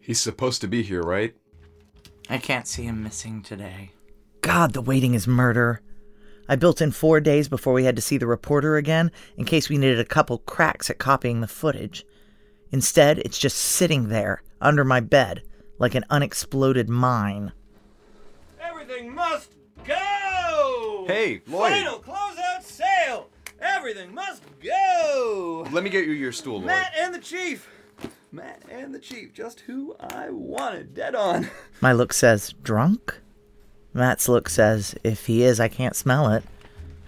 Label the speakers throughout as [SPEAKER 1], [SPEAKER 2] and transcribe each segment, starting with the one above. [SPEAKER 1] He's supposed to be here, right?
[SPEAKER 2] I can't see him missing today.
[SPEAKER 3] God, the waiting is murder. I built in four days before we had to see the reporter again in case we needed a couple cracks at copying the footage. Instead, it's just sitting there, under my bed, like an unexploded mine.
[SPEAKER 4] Everything must go!
[SPEAKER 1] Hey, Lloyd.
[SPEAKER 4] Final closeout sale! Everything must go!
[SPEAKER 1] Let me get you your stool, Lloyd.
[SPEAKER 4] Matt and the Chief! Matt and the Chief, just who I wanted, dead on.
[SPEAKER 3] My look says, drunk? Matt's look says, if he is, I can't smell it.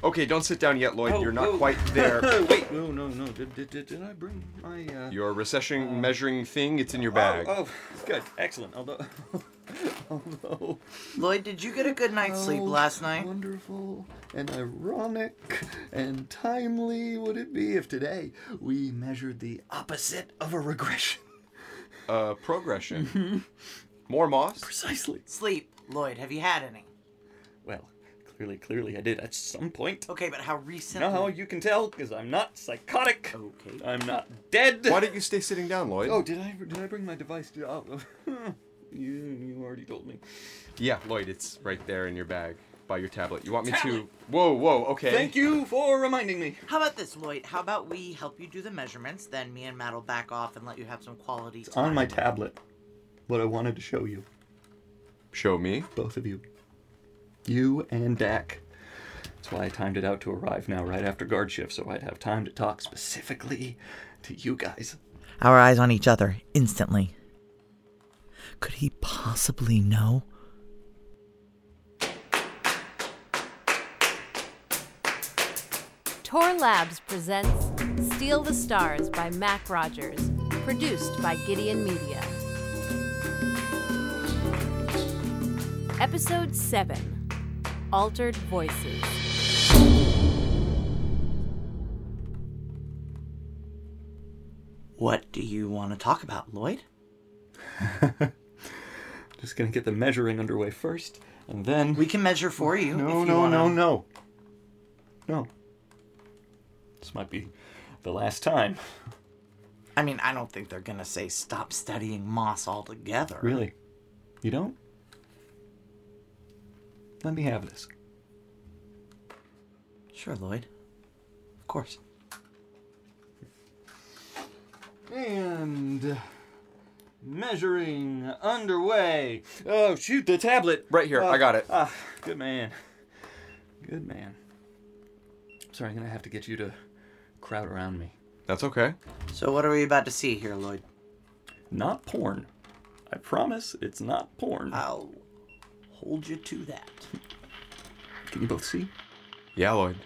[SPEAKER 1] Okay, don't sit down yet, Lloyd.
[SPEAKER 4] Oh,
[SPEAKER 1] You're not
[SPEAKER 4] oh.
[SPEAKER 1] quite there.
[SPEAKER 4] Wait, no, no, no. Did, did, did, did I bring my. Uh...
[SPEAKER 1] Your recession measuring thing, it's in your bag.
[SPEAKER 4] Oh, oh, good. Excellent. Although. although.
[SPEAKER 2] Lloyd, did you get a good night's sleep
[SPEAKER 4] how
[SPEAKER 2] last night?
[SPEAKER 4] Oh, Wonderful and ironic and timely would it be if today we measured the opposite of a regression?
[SPEAKER 1] Uh, progression. More moss?
[SPEAKER 4] Precisely.
[SPEAKER 2] Sleep. Lloyd, have you had any?
[SPEAKER 4] Well, clearly, clearly I did at some point.
[SPEAKER 2] Okay, but how recent?
[SPEAKER 4] You know how you can tell? Because I'm not psychotic.
[SPEAKER 2] Okay.
[SPEAKER 4] I'm not dead.
[SPEAKER 1] Why don't you stay sitting down, Lloyd?
[SPEAKER 4] Oh, did I did I bring my device? Did- Oh, you you already told me.
[SPEAKER 1] Yeah, Lloyd, it's right there in your bag by your tablet. You want me to.
[SPEAKER 4] Tablet?
[SPEAKER 1] Whoa, whoa, okay.
[SPEAKER 4] Thank you for reminding me.
[SPEAKER 2] How about this, Lloyd? How about we help you do the measurements, then me and Matt will back off and let you have some quality time.
[SPEAKER 4] On my tablet, what I wanted to show you,
[SPEAKER 1] Show me.
[SPEAKER 4] both of you, you and Dak. That's why I timed it out to arrive now, right after guard shift, so I'd have time to talk specifically to you guys.
[SPEAKER 3] Our eyes on each other, instantly. Could he possibly know?
[SPEAKER 5] Tor Labs presents Steal the Stars by Mac Rogers, produced by Gideon Media. Episode 7 Altered Voices.
[SPEAKER 2] What do you want to talk about, Lloyd?
[SPEAKER 4] Just gonna get the measuring underway first, and then
[SPEAKER 2] We can measure for you. if
[SPEAKER 4] No,
[SPEAKER 2] you
[SPEAKER 4] no,
[SPEAKER 2] wanna.
[SPEAKER 4] no, no. No. This might be the last time.
[SPEAKER 2] I mean, I don't think they're gonna say stop studying moss altogether.
[SPEAKER 4] Really? You don't? Let me have this.
[SPEAKER 2] Sure, Lloyd. Of course.
[SPEAKER 4] And measuring underway. Oh, shoot, the tablet.
[SPEAKER 1] Right here,
[SPEAKER 4] Oh,
[SPEAKER 1] I got it.
[SPEAKER 4] Ah, good man. Good man. Sorry, I'm going to have to get you to crowd around me.
[SPEAKER 1] That's okay.
[SPEAKER 2] So what are we about to see here, Lloyd?
[SPEAKER 4] Not porn. I promise it's not porn.
[SPEAKER 2] I'll hold you to that.
[SPEAKER 4] Can you both see?
[SPEAKER 1] Yeah, Lloyd.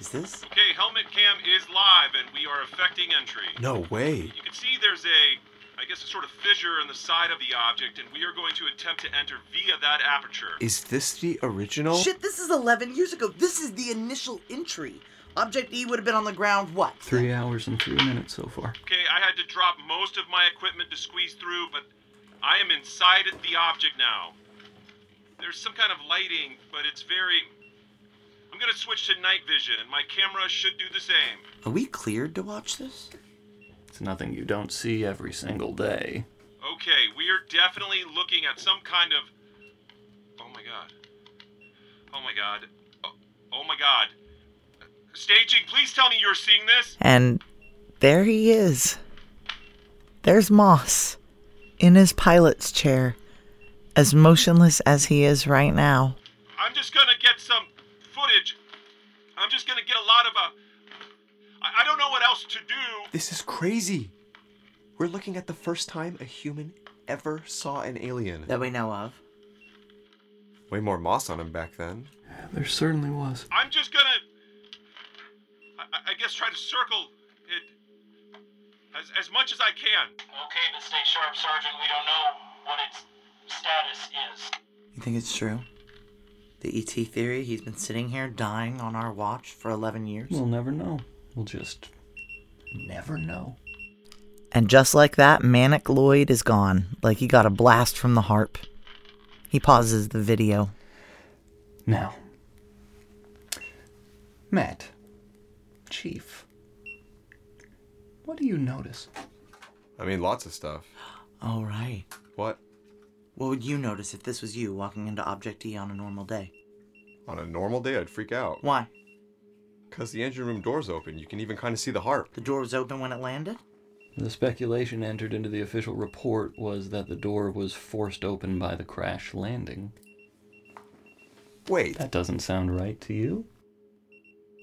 [SPEAKER 2] Is this?
[SPEAKER 6] Okay, helmet cam is live and we are affecting entry.
[SPEAKER 1] No way.
[SPEAKER 6] You can see there's a, I guess, a sort of fissure in the side of the object, and we are going to attempt to enter via that aperture.
[SPEAKER 1] Is this the original?
[SPEAKER 2] Shit, this is 11 years ago. This is the initial entry. Object E would have been on the ground, what?
[SPEAKER 4] Three hours and three minutes so far.
[SPEAKER 6] Okay, I had to drop most of my equipment to squeeze through, but I am inside the object now. There's some kind of lighting, but it's very. I'm gonna switch to night vision, and my camera should do the same.
[SPEAKER 2] Are we cleared to watch this?
[SPEAKER 4] It's nothing you don't see every single day.
[SPEAKER 6] Okay, we are definitely looking at some kind of. Oh my god. Oh my god. Oh, oh my god. Staging, please tell me you're seeing this.
[SPEAKER 3] And there he is. There's Moss in his pilot's chair, as motionless as he is right now.
[SPEAKER 6] I'm just gonna get some footage. I'm just gonna get a lot of a. I, I don't know what else to do.
[SPEAKER 1] This is crazy. We're looking at the first time a human ever saw an alien.
[SPEAKER 2] That we know of.
[SPEAKER 1] Way more moss on him back then.
[SPEAKER 4] There certainly was.
[SPEAKER 6] I'm just gonna. I, I- I guess try to circle it as, as much as I can.
[SPEAKER 7] Okay, but stay sharp, Sergeant. We don't know what its status is.
[SPEAKER 2] You think it's true? The ET theory, he's been sitting here dying on our watch for 11 years?
[SPEAKER 4] We'll never know. We'll just never know.
[SPEAKER 3] And just like that, Manic Lloyd is gone, like he got a blast from the harp. He pauses the video.
[SPEAKER 4] Now, Matt, Chief, What do you notice?
[SPEAKER 1] I mean, lots of stuff.
[SPEAKER 2] All right.
[SPEAKER 1] What?
[SPEAKER 2] What would you notice if this was you walking into Object E on a normal day?
[SPEAKER 1] On a normal day, I'd freak out.
[SPEAKER 2] Why?
[SPEAKER 1] Because the engine room door's open. You can even kind of see the harp.
[SPEAKER 2] The door was open when it landed?
[SPEAKER 4] The speculation entered into the official report was that the door was forced open by the crash landing.
[SPEAKER 1] Wait.
[SPEAKER 4] That doesn't sound right to you?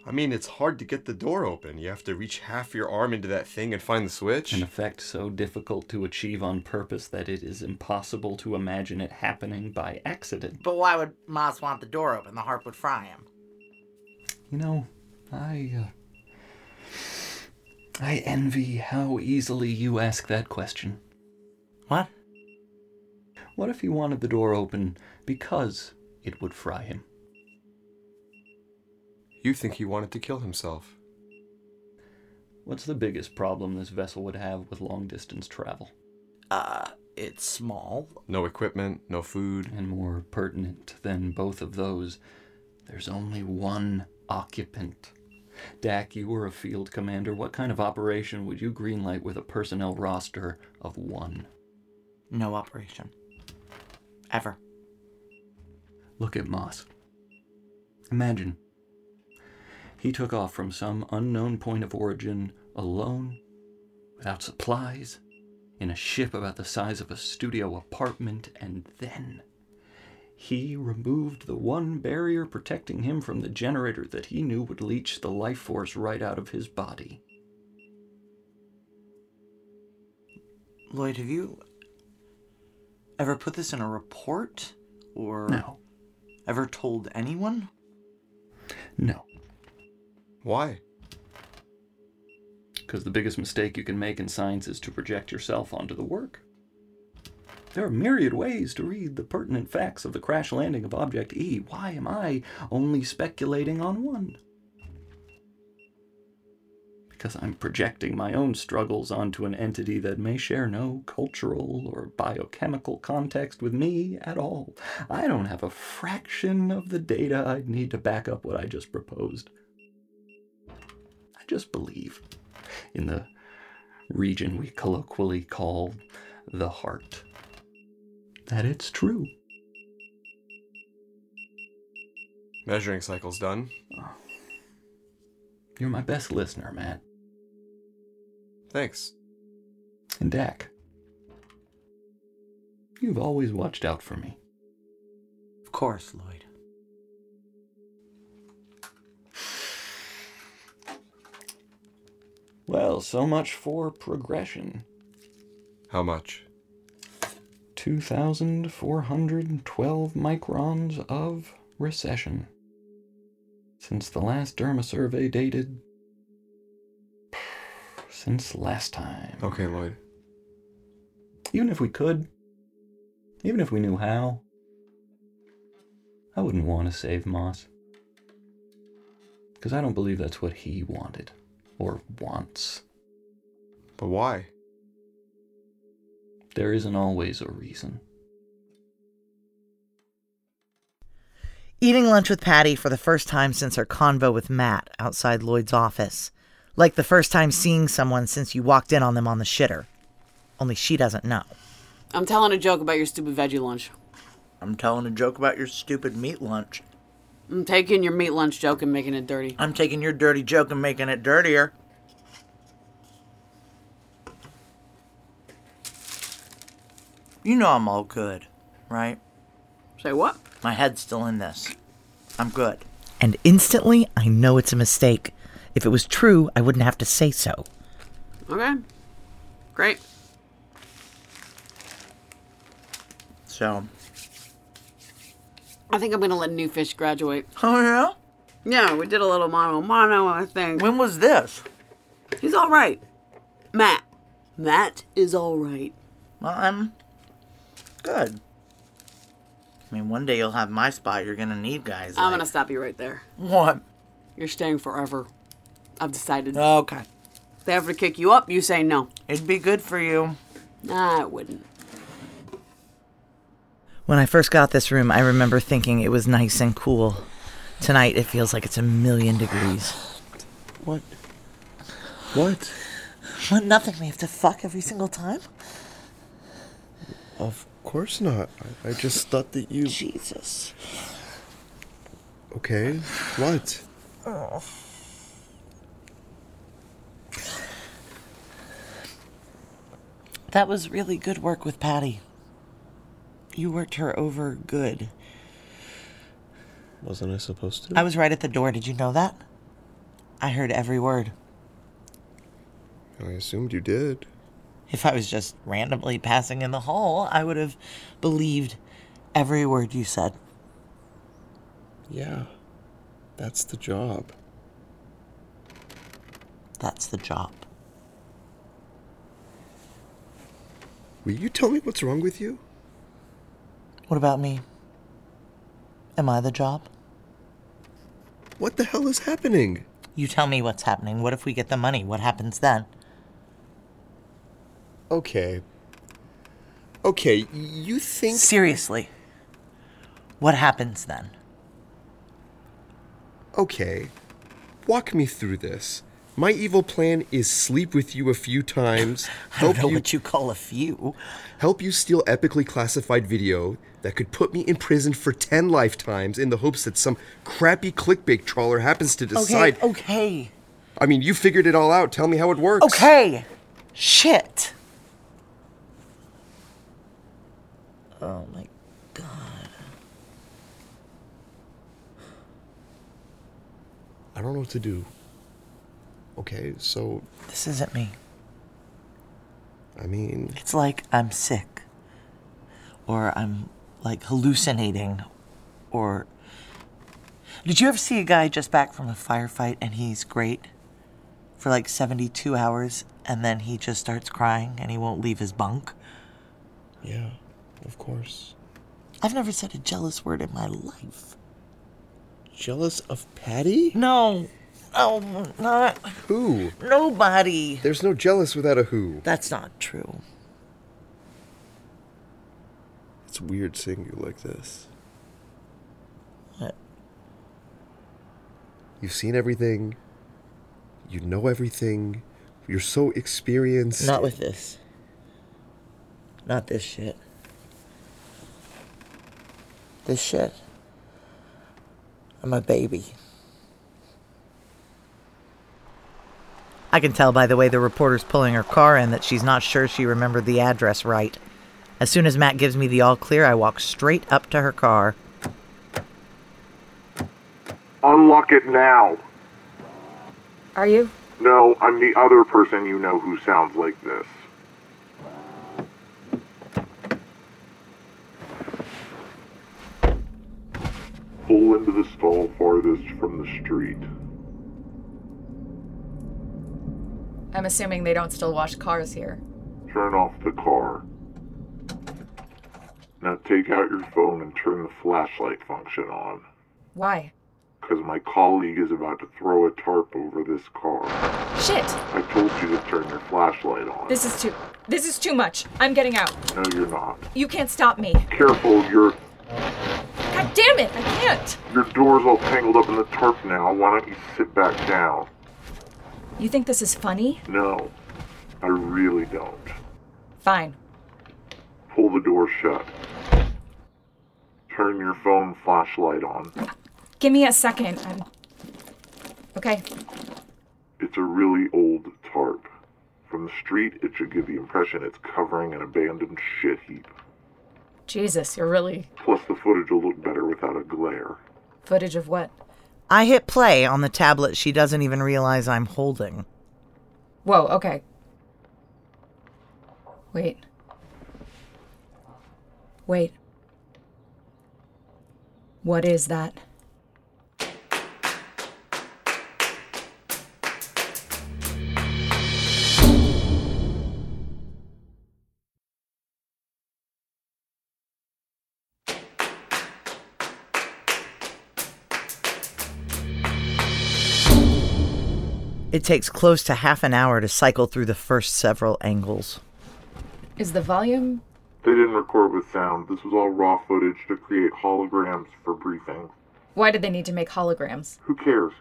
[SPEAKER 1] I mean, it's hard to get the door open. You have to reach half your arm into that thing and find the switch.
[SPEAKER 4] An effect so difficult to achieve on purpose that it is impossible to imagine it happening by accident.
[SPEAKER 2] But why would Moss want the door open? The harp would fry him.
[SPEAKER 4] You know, I. Uh, I envy how easily you ask that question.
[SPEAKER 2] What?
[SPEAKER 4] What if he wanted the door open because it would fry him?
[SPEAKER 1] You think he wanted to kill himself.
[SPEAKER 4] What's the biggest problem this vessel would have with long distance travel?
[SPEAKER 2] Uh, it's small.
[SPEAKER 1] No equipment, no food.
[SPEAKER 4] And more pertinent than both of those, there's only one occupant. Dak, you were a field commander. What kind of operation would you greenlight with a personnel roster of one?
[SPEAKER 2] No operation. Ever.
[SPEAKER 4] Look at Moss. Imagine. He took off from some unknown point of origin alone, without supplies, in a ship about the size of a studio apartment, and then he removed the one barrier protecting him from the generator that he knew would leech the life force right out of his body.
[SPEAKER 2] Lloyd, have you ever put this in a report? Or
[SPEAKER 4] No,
[SPEAKER 2] ever told anyone?
[SPEAKER 4] no.
[SPEAKER 1] Why?
[SPEAKER 4] Because the biggest mistake you can make in science is to project yourself onto the work. There are myriad ways to read the pertinent facts of the crash landing of Object E. Why am I only speculating on one? Because I'm projecting my own struggles onto an entity that may share no cultural or biochemical context with me at all. I don't have a fraction of the data I'd need to back up what I just proposed. I just believe in the region we colloquially call the heart. That it's true.
[SPEAKER 1] Measuring cycle's done.
[SPEAKER 4] You're my best listener, Matt.
[SPEAKER 1] Thanks.
[SPEAKER 4] And Dak. You've always watched out for me.
[SPEAKER 2] Of course, Lloyd.
[SPEAKER 4] Well, so much for progression.
[SPEAKER 1] How much?
[SPEAKER 4] 2,412 microns of recession. Since the last derma survey dated. Since last time.
[SPEAKER 1] Okay, Lloyd.
[SPEAKER 4] Even if we could, even if we knew how, I wouldn't want to save Moss. Because I don't believe that's what he wanted or wants.
[SPEAKER 1] But why?
[SPEAKER 4] There isn't always a reason.
[SPEAKER 3] Eating lunch with Patty for the first time since her convo with Matt outside Lloyd's office. Like the first time seeing someone since you walked in on them on the shitter. Only she doesn't know.
[SPEAKER 8] I'm telling a joke about your stupid veggie lunch.
[SPEAKER 2] I'm telling a joke about your stupid meat lunch.
[SPEAKER 8] I'm taking your meat lunch joke and making it dirty.
[SPEAKER 2] I'm taking your dirty joke and making it dirtier. You know I'm all good, right?
[SPEAKER 8] Say what?
[SPEAKER 2] My head's still in this. I'm good.
[SPEAKER 3] And instantly, I know it's a mistake. If it was true, I wouldn't have to say so.
[SPEAKER 8] Okay. Great.
[SPEAKER 2] So.
[SPEAKER 8] I think I'm gonna let New Fish graduate.
[SPEAKER 2] Oh, yeah?
[SPEAKER 8] Yeah, we did a little mono mono, I think.
[SPEAKER 2] When was this?
[SPEAKER 8] He's all right. Matt. Matt is all right.
[SPEAKER 2] Well, I'm good. I mean, one day you'll have my spot. You're gonna need guys.
[SPEAKER 8] I'm gonna
[SPEAKER 2] like-
[SPEAKER 8] stop you right there.
[SPEAKER 2] What?
[SPEAKER 8] You're staying forever. I've decided.
[SPEAKER 2] Okay.
[SPEAKER 8] If they ever kick you up, you say no.
[SPEAKER 2] It'd be good for you.
[SPEAKER 8] Nah, I wouldn't.
[SPEAKER 3] When I first got this room, I remember thinking it was nice and cool. Tonight, it feels like it's a million degrees.
[SPEAKER 1] What? What?
[SPEAKER 3] What, nothing we have to fuck every single time?
[SPEAKER 9] Of course not. I, I just thought that you.
[SPEAKER 3] Jesus.
[SPEAKER 9] Okay. What? Oh.
[SPEAKER 3] That was really good work with Patty. You worked her over good.
[SPEAKER 9] Wasn't I supposed to?
[SPEAKER 3] I was right at the door. Did you know that? I heard every word.
[SPEAKER 9] I assumed you did.
[SPEAKER 3] If I was just randomly passing in the hall, I would have believed every word you said.
[SPEAKER 9] Yeah. That's the job.
[SPEAKER 3] That's the job.
[SPEAKER 9] Will you tell me what's wrong with you?
[SPEAKER 3] What about me? Am I the job?
[SPEAKER 9] What the hell is happening?
[SPEAKER 3] You tell me what's happening. What if we get the money? What happens then?
[SPEAKER 9] Okay. Okay, you think.
[SPEAKER 3] Seriously. What happens then?
[SPEAKER 9] okay. Walk me through this. My evil plan is sleep with you a few times,
[SPEAKER 3] I don't
[SPEAKER 9] help
[SPEAKER 3] know
[SPEAKER 9] you
[SPEAKER 3] what you call a few.
[SPEAKER 9] help you steal epically classified video that could put me in prison for 10 lifetimes in the hopes that some crappy clickbait trawler happens to decide.
[SPEAKER 3] okay,
[SPEAKER 9] I mean, you figured it all out. Tell me how it works.
[SPEAKER 3] okay. Shit. Oh my god.
[SPEAKER 9] I don't know what to do. Okay, so
[SPEAKER 3] This isn't me.
[SPEAKER 9] I mean,
[SPEAKER 3] It's like I'm sick, or I'm like hallucinating, or. Did you ever see a guy just back from a firefight and he's great for like 72 hours and then he just starts crying and he won't leave his bunk?
[SPEAKER 9] yeah, of course.
[SPEAKER 3] I've never said a jealous word in my life.
[SPEAKER 9] Jealous of Patty?
[SPEAKER 3] No, no, not
[SPEAKER 9] Who?
[SPEAKER 3] nobody.
[SPEAKER 9] There's no jealous without a who.
[SPEAKER 3] That's not true.
[SPEAKER 9] It's weird seeing you like this.
[SPEAKER 3] What?
[SPEAKER 9] You've seen everything. You know everything. You're so experienced.
[SPEAKER 3] Not with this. Not this shit. This shit. I'm a baby. I can tell by the way the reporter's pulling her car in that she's not sure she remembered the address right. As soon as Matt gives me the all clear, I walk straight up to her car.
[SPEAKER 10] Unlock it now.
[SPEAKER 11] Are you?
[SPEAKER 10] No, I'm the other person you know who sounds like this. Pull into the stall farthest from the street.
[SPEAKER 11] I'm assuming they don't still wash cars here.
[SPEAKER 10] Turn off the car. Now take out your phone and turn the flashlight function on,
[SPEAKER 11] Why?
[SPEAKER 10] because my colleague is about to throw a tarp over this car.
[SPEAKER 11] Shit!
[SPEAKER 10] I told you to turn your flashlight on.
[SPEAKER 11] This is too. This is too much. I'm getting out.
[SPEAKER 10] No, you're not.
[SPEAKER 11] You can't stop me.
[SPEAKER 10] Careful, you're.
[SPEAKER 11] God damn it! I can't!
[SPEAKER 10] Your door's all tangled up in the tarp now. Why don't you sit back down?
[SPEAKER 11] You think this is funny?
[SPEAKER 10] No, I really don't.
[SPEAKER 11] Fine.
[SPEAKER 10] Pull the door shut. Turn your phone flashlight on.
[SPEAKER 11] Give me a second. I'm. Okay.
[SPEAKER 10] It's a really old tarp. From the street, it should give the impression it's covering an abandoned shit heap.
[SPEAKER 11] Jesus, you're really.
[SPEAKER 10] Plus, the footage will look better without a glare.
[SPEAKER 11] Footage of what?
[SPEAKER 3] I hit play on the tablet she doesn't even realize I'm holding.
[SPEAKER 11] Whoa, okay. Wait. Wait. What is that?
[SPEAKER 3] It takes close to half an hour to cycle through the first several angles.
[SPEAKER 11] Is the volume.
[SPEAKER 10] They didn't record with sound. This was all raw footage to create holograms for briefing.
[SPEAKER 11] Why did they need to make holograms?
[SPEAKER 10] Who cares?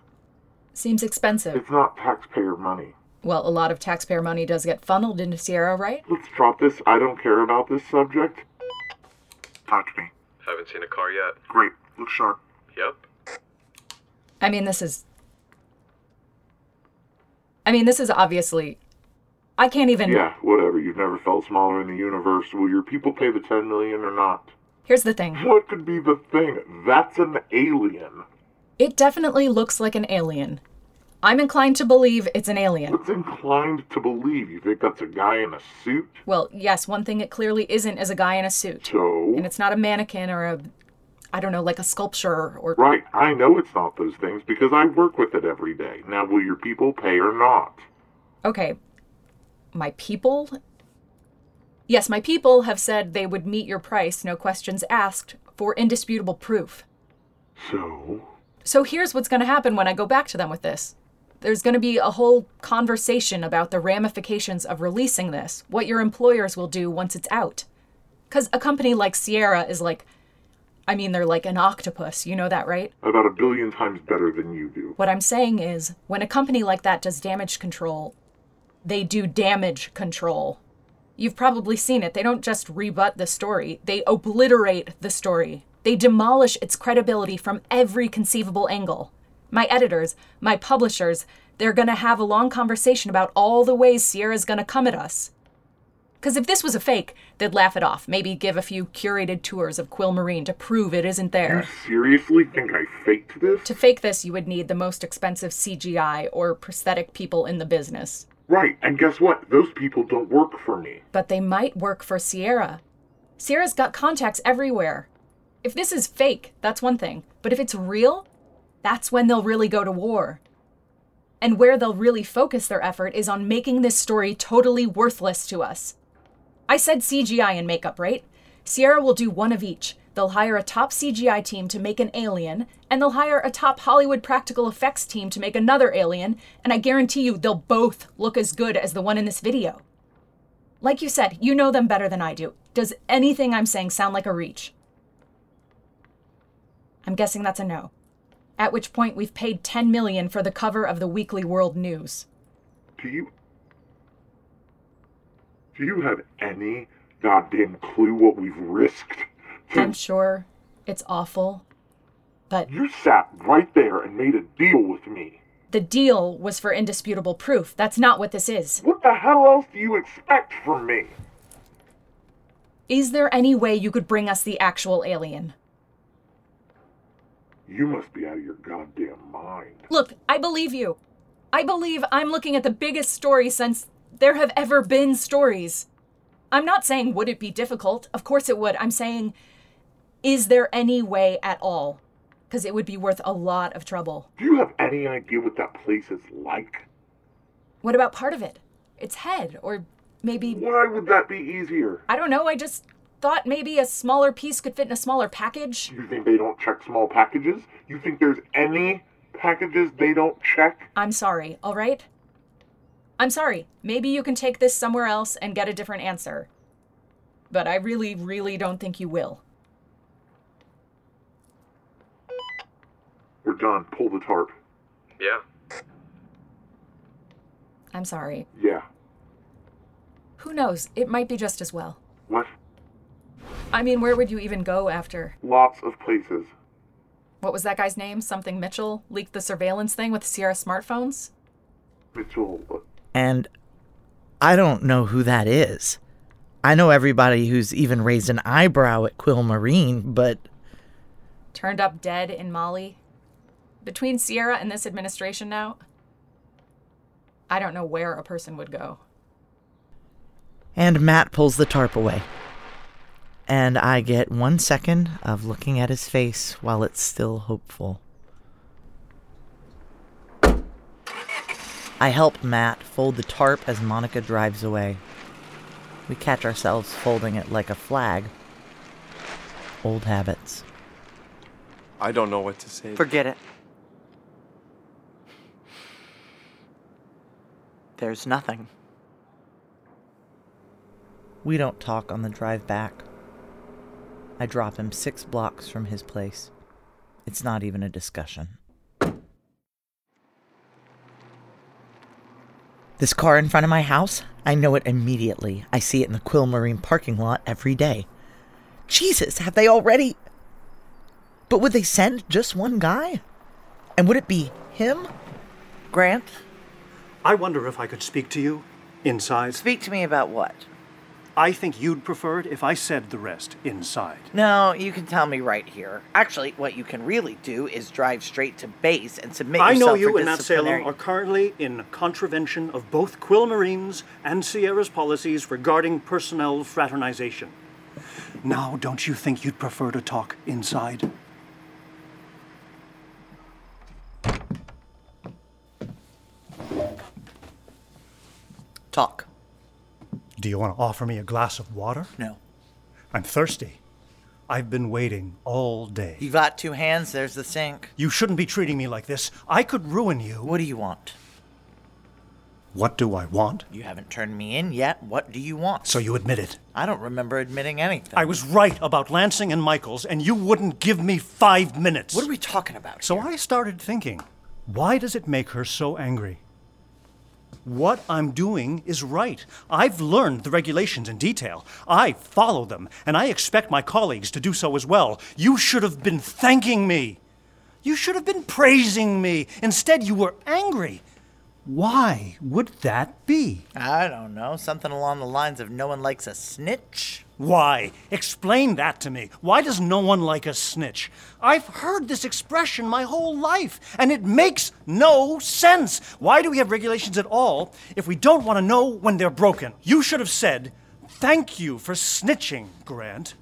[SPEAKER 11] Seems expensive.
[SPEAKER 10] It's not taxpayer money.
[SPEAKER 11] Well, a lot of taxpayer money does get funneled into Sierra, right?
[SPEAKER 10] Let's drop this. I don't care about this subject. Touch me.
[SPEAKER 12] Haven't seen a car yet.
[SPEAKER 10] Great. Look sharp.
[SPEAKER 12] Yep.
[SPEAKER 11] I mean, this is. I mean, this is obviously. I can't even.
[SPEAKER 10] Yeah, whatever. You've never felt smaller in the universe. Will your people pay the 10 million or not?
[SPEAKER 11] Here's the thing
[SPEAKER 10] What could be the thing? That's an alien.
[SPEAKER 11] it definitely looks like an alien. I'm inclined to believe it's an alien.
[SPEAKER 10] What's inclined to believe? You think that's a guy in a suit?
[SPEAKER 11] Well, yes, one thing it clearly isn't is a guy in a suit.
[SPEAKER 10] So?
[SPEAKER 11] And it's not a mannequin or a. I don't know, like a sculpture or.
[SPEAKER 10] Right, I know it's not those things because I work with it every day. Now, will your people pay or not?
[SPEAKER 11] Okay. My people? Yes, my people have said they would meet your price, no questions asked, for indisputable proof.
[SPEAKER 10] So?
[SPEAKER 11] So here's what's going to happen when I go back to them with this. There's going to be a whole conversation about the ramifications of releasing this, what your employers will do once it's out. Because a company like Sierra is like, I mean, they're like an octopus, you know that, right?
[SPEAKER 10] About a billion times better than you do.
[SPEAKER 11] What I'm saying is, when a company like that does damage control, they do damage control. You've probably seen it. They don't just rebut the story, they obliterate the story. They demolish its credibility from every conceivable angle. My editors, my publishers, they're going to have a long conversation about all the ways Sierra's going to come at us. Because if this was a fake, they'd laugh it off, maybe give a few curated tours of Quill Marine to prove it isn't there.
[SPEAKER 10] You seriously think I faked this?
[SPEAKER 11] To fake this, you would need the most expensive CGI or prosthetic people in the business.
[SPEAKER 10] Right, and guess what? Those people don't work for me.
[SPEAKER 11] But they might work for Sierra. Sierra's got contacts everywhere. If this is fake, that's one thing. But if it's real, that's when they'll really go to war. And where they'll really focus their effort is on making this story totally worthless to us. I said CGI and makeup, right? Sierra will do one of each. They'll hire a top CGI team to make an alien, and they'll hire a top Hollywood practical effects team to make another alien, and I guarantee you they'll both look as good as the one in this video. Like you said, you know them better than I do. Does anything I'm saying sound like a reach? I'm guessing that's a no. At which point we've paid 10 million for the cover of the Weekly World News.
[SPEAKER 10] Do you. Do you have any goddamn clue what we've risked?
[SPEAKER 11] I'm sure it's awful, but
[SPEAKER 10] You sat right there and made a deal with me.
[SPEAKER 11] the deal was for indisputable proof. That's not what this is.
[SPEAKER 10] What the hell else do you expect from me?
[SPEAKER 11] Is there any way you could bring us the actual alien?
[SPEAKER 10] You must be out of your goddamn mind.
[SPEAKER 11] Look, I believe you. I believe I'm looking at the biggest story since there have ever been stories. I'm not saying would it be difficult, of course it would. I'm saying is there any way at all? Because it would be worth a lot of trouble.
[SPEAKER 10] Do you have any idea what that place is like?
[SPEAKER 11] What about part of it? Its head, or maybe.
[SPEAKER 10] Why would that be easier?
[SPEAKER 11] I don't know, I just thought maybe a smaller piece could fit in a smaller package.
[SPEAKER 10] You think they don't check small packages? You think there's any packages they don't check?
[SPEAKER 11] I'm sorry, all right? I'm sorry. Maybe you can take this somewhere else and get a different answer. But I really, really don't think you will.
[SPEAKER 10] We're done. Pull the tarp.
[SPEAKER 12] Yeah.
[SPEAKER 11] I'm sorry.
[SPEAKER 10] Yeah.
[SPEAKER 11] Who knows? It might be just as well.
[SPEAKER 10] What?
[SPEAKER 11] I mean, where would you even go after?
[SPEAKER 10] Lots of places.
[SPEAKER 11] What was that guy's name? Something Mitchell? Leaked the surveillance thing with Sierra smartphones?
[SPEAKER 10] Mitchell.
[SPEAKER 3] And I don't know who that is. I know everybody who's even raised an eyebrow at Quill Marine, but
[SPEAKER 11] Turned up dead in Mali? Between Sierra and this administration now? I don't know where a person would go.
[SPEAKER 3] And Matt pulls the tarp away. And I get one second of looking at his face while it's still hopeful. I help Matt fold the tarp as Monica drives away. We catch ourselves folding it like a flag. Old habits.
[SPEAKER 13] I don't know what to say.
[SPEAKER 2] Forget it. There's nothing.
[SPEAKER 3] We don't talk on the drive back. I drop him six blocks from his place. It's not even a discussion. This car in front of my house, I know it immediately. I see it in the Quill Marine parking lot every day. Jesus, have they already? But would they send just one guy? And would it be him? Grant?
[SPEAKER 14] I wonder if I could speak to you inside.
[SPEAKER 3] Speak to me about what?
[SPEAKER 14] I think you'd prefer it if I said the rest inside.
[SPEAKER 3] No, you can tell me right here. Actually, what you can really do is drive straight to base and submit
[SPEAKER 14] I know
[SPEAKER 3] yourself
[SPEAKER 14] you
[SPEAKER 3] for
[SPEAKER 14] and Matt
[SPEAKER 3] disciplinary-
[SPEAKER 14] Salem are currently in contravention of both Quill Marines and Sierra's policies regarding personnel fraternization. Now, don't you think you'd prefer to talk inside?
[SPEAKER 3] Talk.
[SPEAKER 14] Do you want to offer me a glass of water?
[SPEAKER 3] No.
[SPEAKER 14] I'm thirsty. I've been waiting all day.
[SPEAKER 3] You got two hands, there's the sink.
[SPEAKER 14] You shouldn't be treating me like this. I could ruin you. What
[SPEAKER 3] do you want?
[SPEAKER 14] What do I want?
[SPEAKER 3] You haven't turned me in yet. What do you want?
[SPEAKER 14] So you admit it.
[SPEAKER 3] I don't remember admitting anything.
[SPEAKER 14] I was right about Lansing and Michaels, and you wouldn't give me five minutes. What are
[SPEAKER 3] we talking about?
[SPEAKER 14] So I started thinking why does it make her so angry? What I'm doing is right. I've learned the regulations in detail. I follow them, and I expect my colleagues to do so as well. You should have been thanking me. You should have been praising me. Instead, you were angry. Why would that be?
[SPEAKER 3] I don't know. Something along the lines of no one likes a snitch.
[SPEAKER 14] Why? Explain that to me. Why does no one like a snitch? I've heard this expression my whole life, and it makes no sense. Why do we have regulations at all if we don't want to know when they're broken? You should have said, Thank you for snitching, Grant.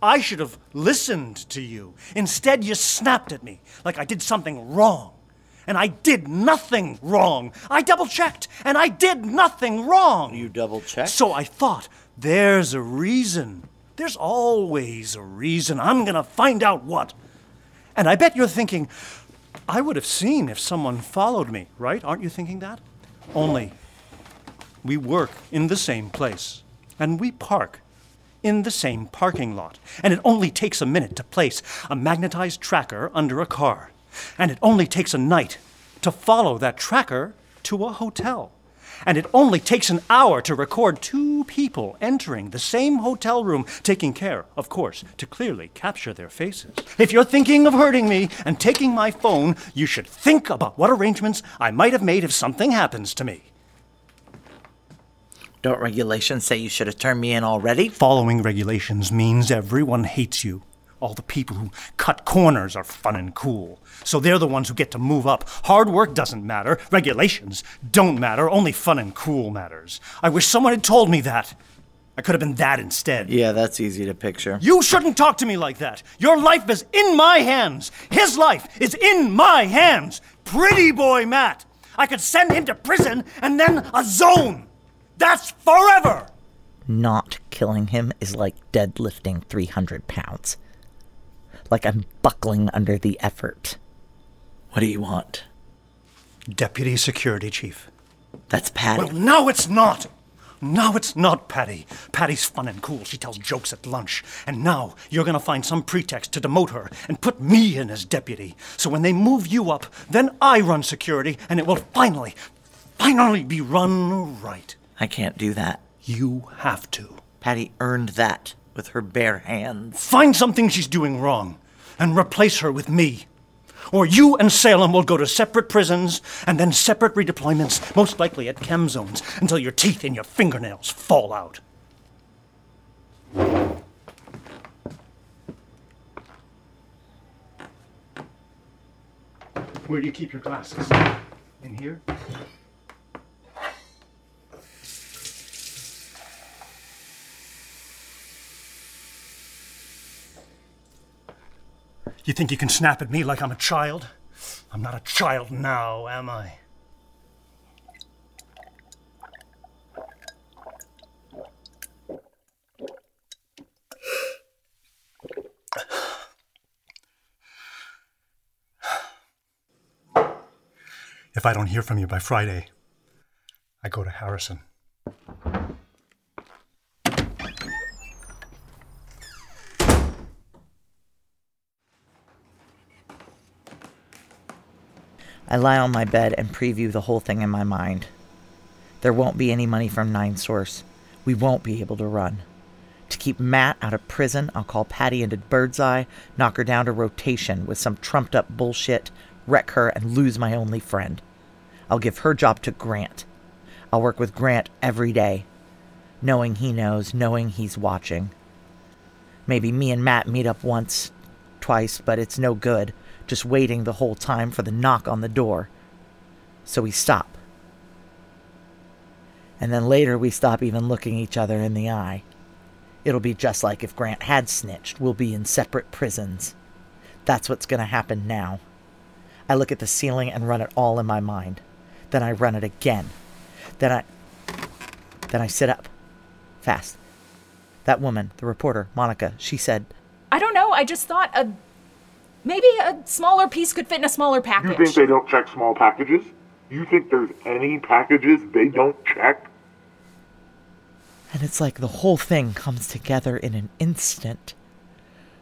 [SPEAKER 14] I should have listened to you. Instead, you snapped at me like I did something wrong. And I did nothing wrong. I double checked, and I did nothing wrong. You
[SPEAKER 3] double checked?
[SPEAKER 14] So I thought, there's a reason. There's always a reason. I'm going to find out what. And I bet you're thinking, I would have seen if someone followed me, right? Aren't you thinking that? Only, we work in the same place, and we park in the same parking lot, and it only takes a minute to place a magnetized tracker under a car, and it only takes a night to follow that tracker to a hotel. And it only takes an hour to record two people entering the same hotel room, taking care, of course, to clearly capture their faces. If you're thinking of hurting me and taking my phone, you should think about what arrangements I might have made if something happens to me.
[SPEAKER 3] Don't regulations say you should have turned me in already?
[SPEAKER 14] Following regulations means everyone hates you. All the people who cut corners are fun and cool. So they're the ones who get to move up. Hard work doesn't matter. Regulations don't matter. Only fun and cool matters. I wish someone had told me that. I could have been that instead.
[SPEAKER 3] Yeah, that's easy to picture.
[SPEAKER 14] You shouldn't talk to me like that. Your life is in my hands. His life is in my hands. Pretty boy Matt. I could send him to prison and then a zone. That's forever.
[SPEAKER 3] Not killing him is like deadlifting 300 pounds. Like I'm buckling under the effort. What do you want?
[SPEAKER 14] Deputy Security Chief.
[SPEAKER 3] That's Patty.
[SPEAKER 14] Well, now it's not. Now it's not Patty. Patty's fun and cool. She tells jokes at lunch. And now you're going to find some pretext to demote her and put me in as deputy. So when they move you up, then I run security and it will finally, finally be run right.
[SPEAKER 3] I can't do that.
[SPEAKER 14] You have to.
[SPEAKER 3] Patty earned that with her bare hands.
[SPEAKER 14] Find something she's doing wrong and replace her with me. Or you and Salem will go to separate prisons and then separate redeployments, most likely at chem zones, until your teeth and your fingernails fall out. Where do you keep your glasses? In here? You think you can snap at me like I'm a child? I'm not a child now, am I? If I don't hear from you by Friday, I go to Harrison.
[SPEAKER 3] I lie on my bed and preview the whole thing in my mind. There won't be any money from Nine Source. We won't be able to run. To keep Matt out of prison, I'll call Patty into Birdseye, knock her down to rotation with some trumped up bullshit, wreck her, and lose my only friend. I'll give her job to Grant. I'll work with Grant every day, knowing he knows, knowing he's watching. Maybe me and Matt meet up once, twice, but it's no good, just waiting the whole time for the knock on the door. So we stop. And then later we stop even looking each other in the eye. It'll be just like if Grant had snitched. We'll be in separate prisons. That's what's going to happen now. I look at the ceiling and run it all in my mind. Then I run it again. Then I. Then I sit up. Fast. That woman, the reporter, Monica, she said,
[SPEAKER 11] I don't know. I just thought a maybe a smaller piece could fit in a smaller
[SPEAKER 10] You
[SPEAKER 11] package.
[SPEAKER 10] think they don't check small packages? You think there's any packages they don't check?
[SPEAKER 3] And it's like the whole thing comes together in an instant.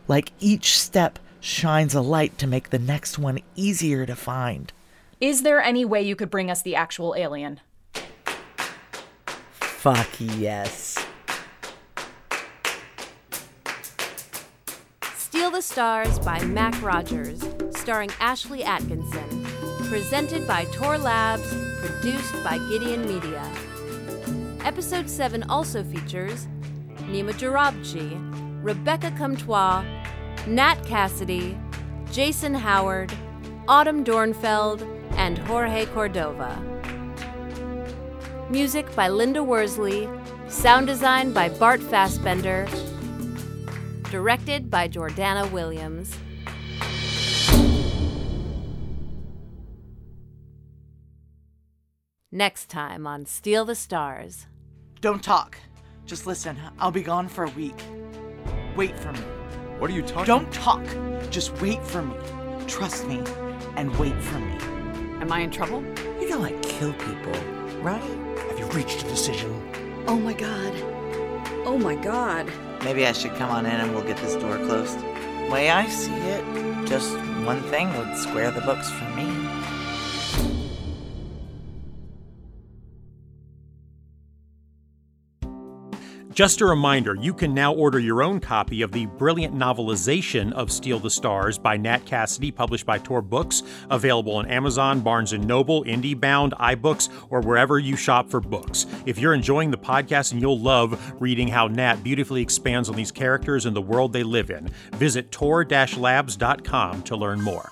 [SPEAKER 3] Like each step shines a light to make the next one easier to find.
[SPEAKER 11] Is there any way you could bring us the actual alien?
[SPEAKER 3] Fuck yes.
[SPEAKER 5] Steal the Stars by Mac Rogers, starring Ashley Atkinson. Presented by Tor Labs, produced by Gideon Media. Episode 7 also features Nima Jarabji, Rebecca Comtois, Nat Cassidy, Jason Howard, Autumn Dornfeld, and Jorge Cordova. Music by Linda Worsley, sound design by Bart Fassbender, directed by Jordana Williams. Next time on Steal the Stars.
[SPEAKER 3] Don't talk. Just listen. I'll be gone for a week. Wait for me.
[SPEAKER 13] What are you talking?
[SPEAKER 3] Don't talk. Just wait for me. Trust me and wait for me.
[SPEAKER 15] Am I in trouble?
[SPEAKER 3] You don't like kill people, right?
[SPEAKER 14] Have you reached a decision?
[SPEAKER 15] Oh my god. Oh my god.
[SPEAKER 3] Maybe I should come on in and we'll get this door closed. Way I see it, just one thing would square the books for me.
[SPEAKER 16] Just a reminder you can now order your own copy of the brilliant novelization of Steal the Stars by Nat Cassidy, published by Tor Books, available on Amazon, Barnes & Noble, IndieBound, iBooks, or wherever you shop for books. If you're enjoying the podcast, and you'll love reading how Nat beautifully expands on these characters and the world they live in, visit tor-labs.com to learn more.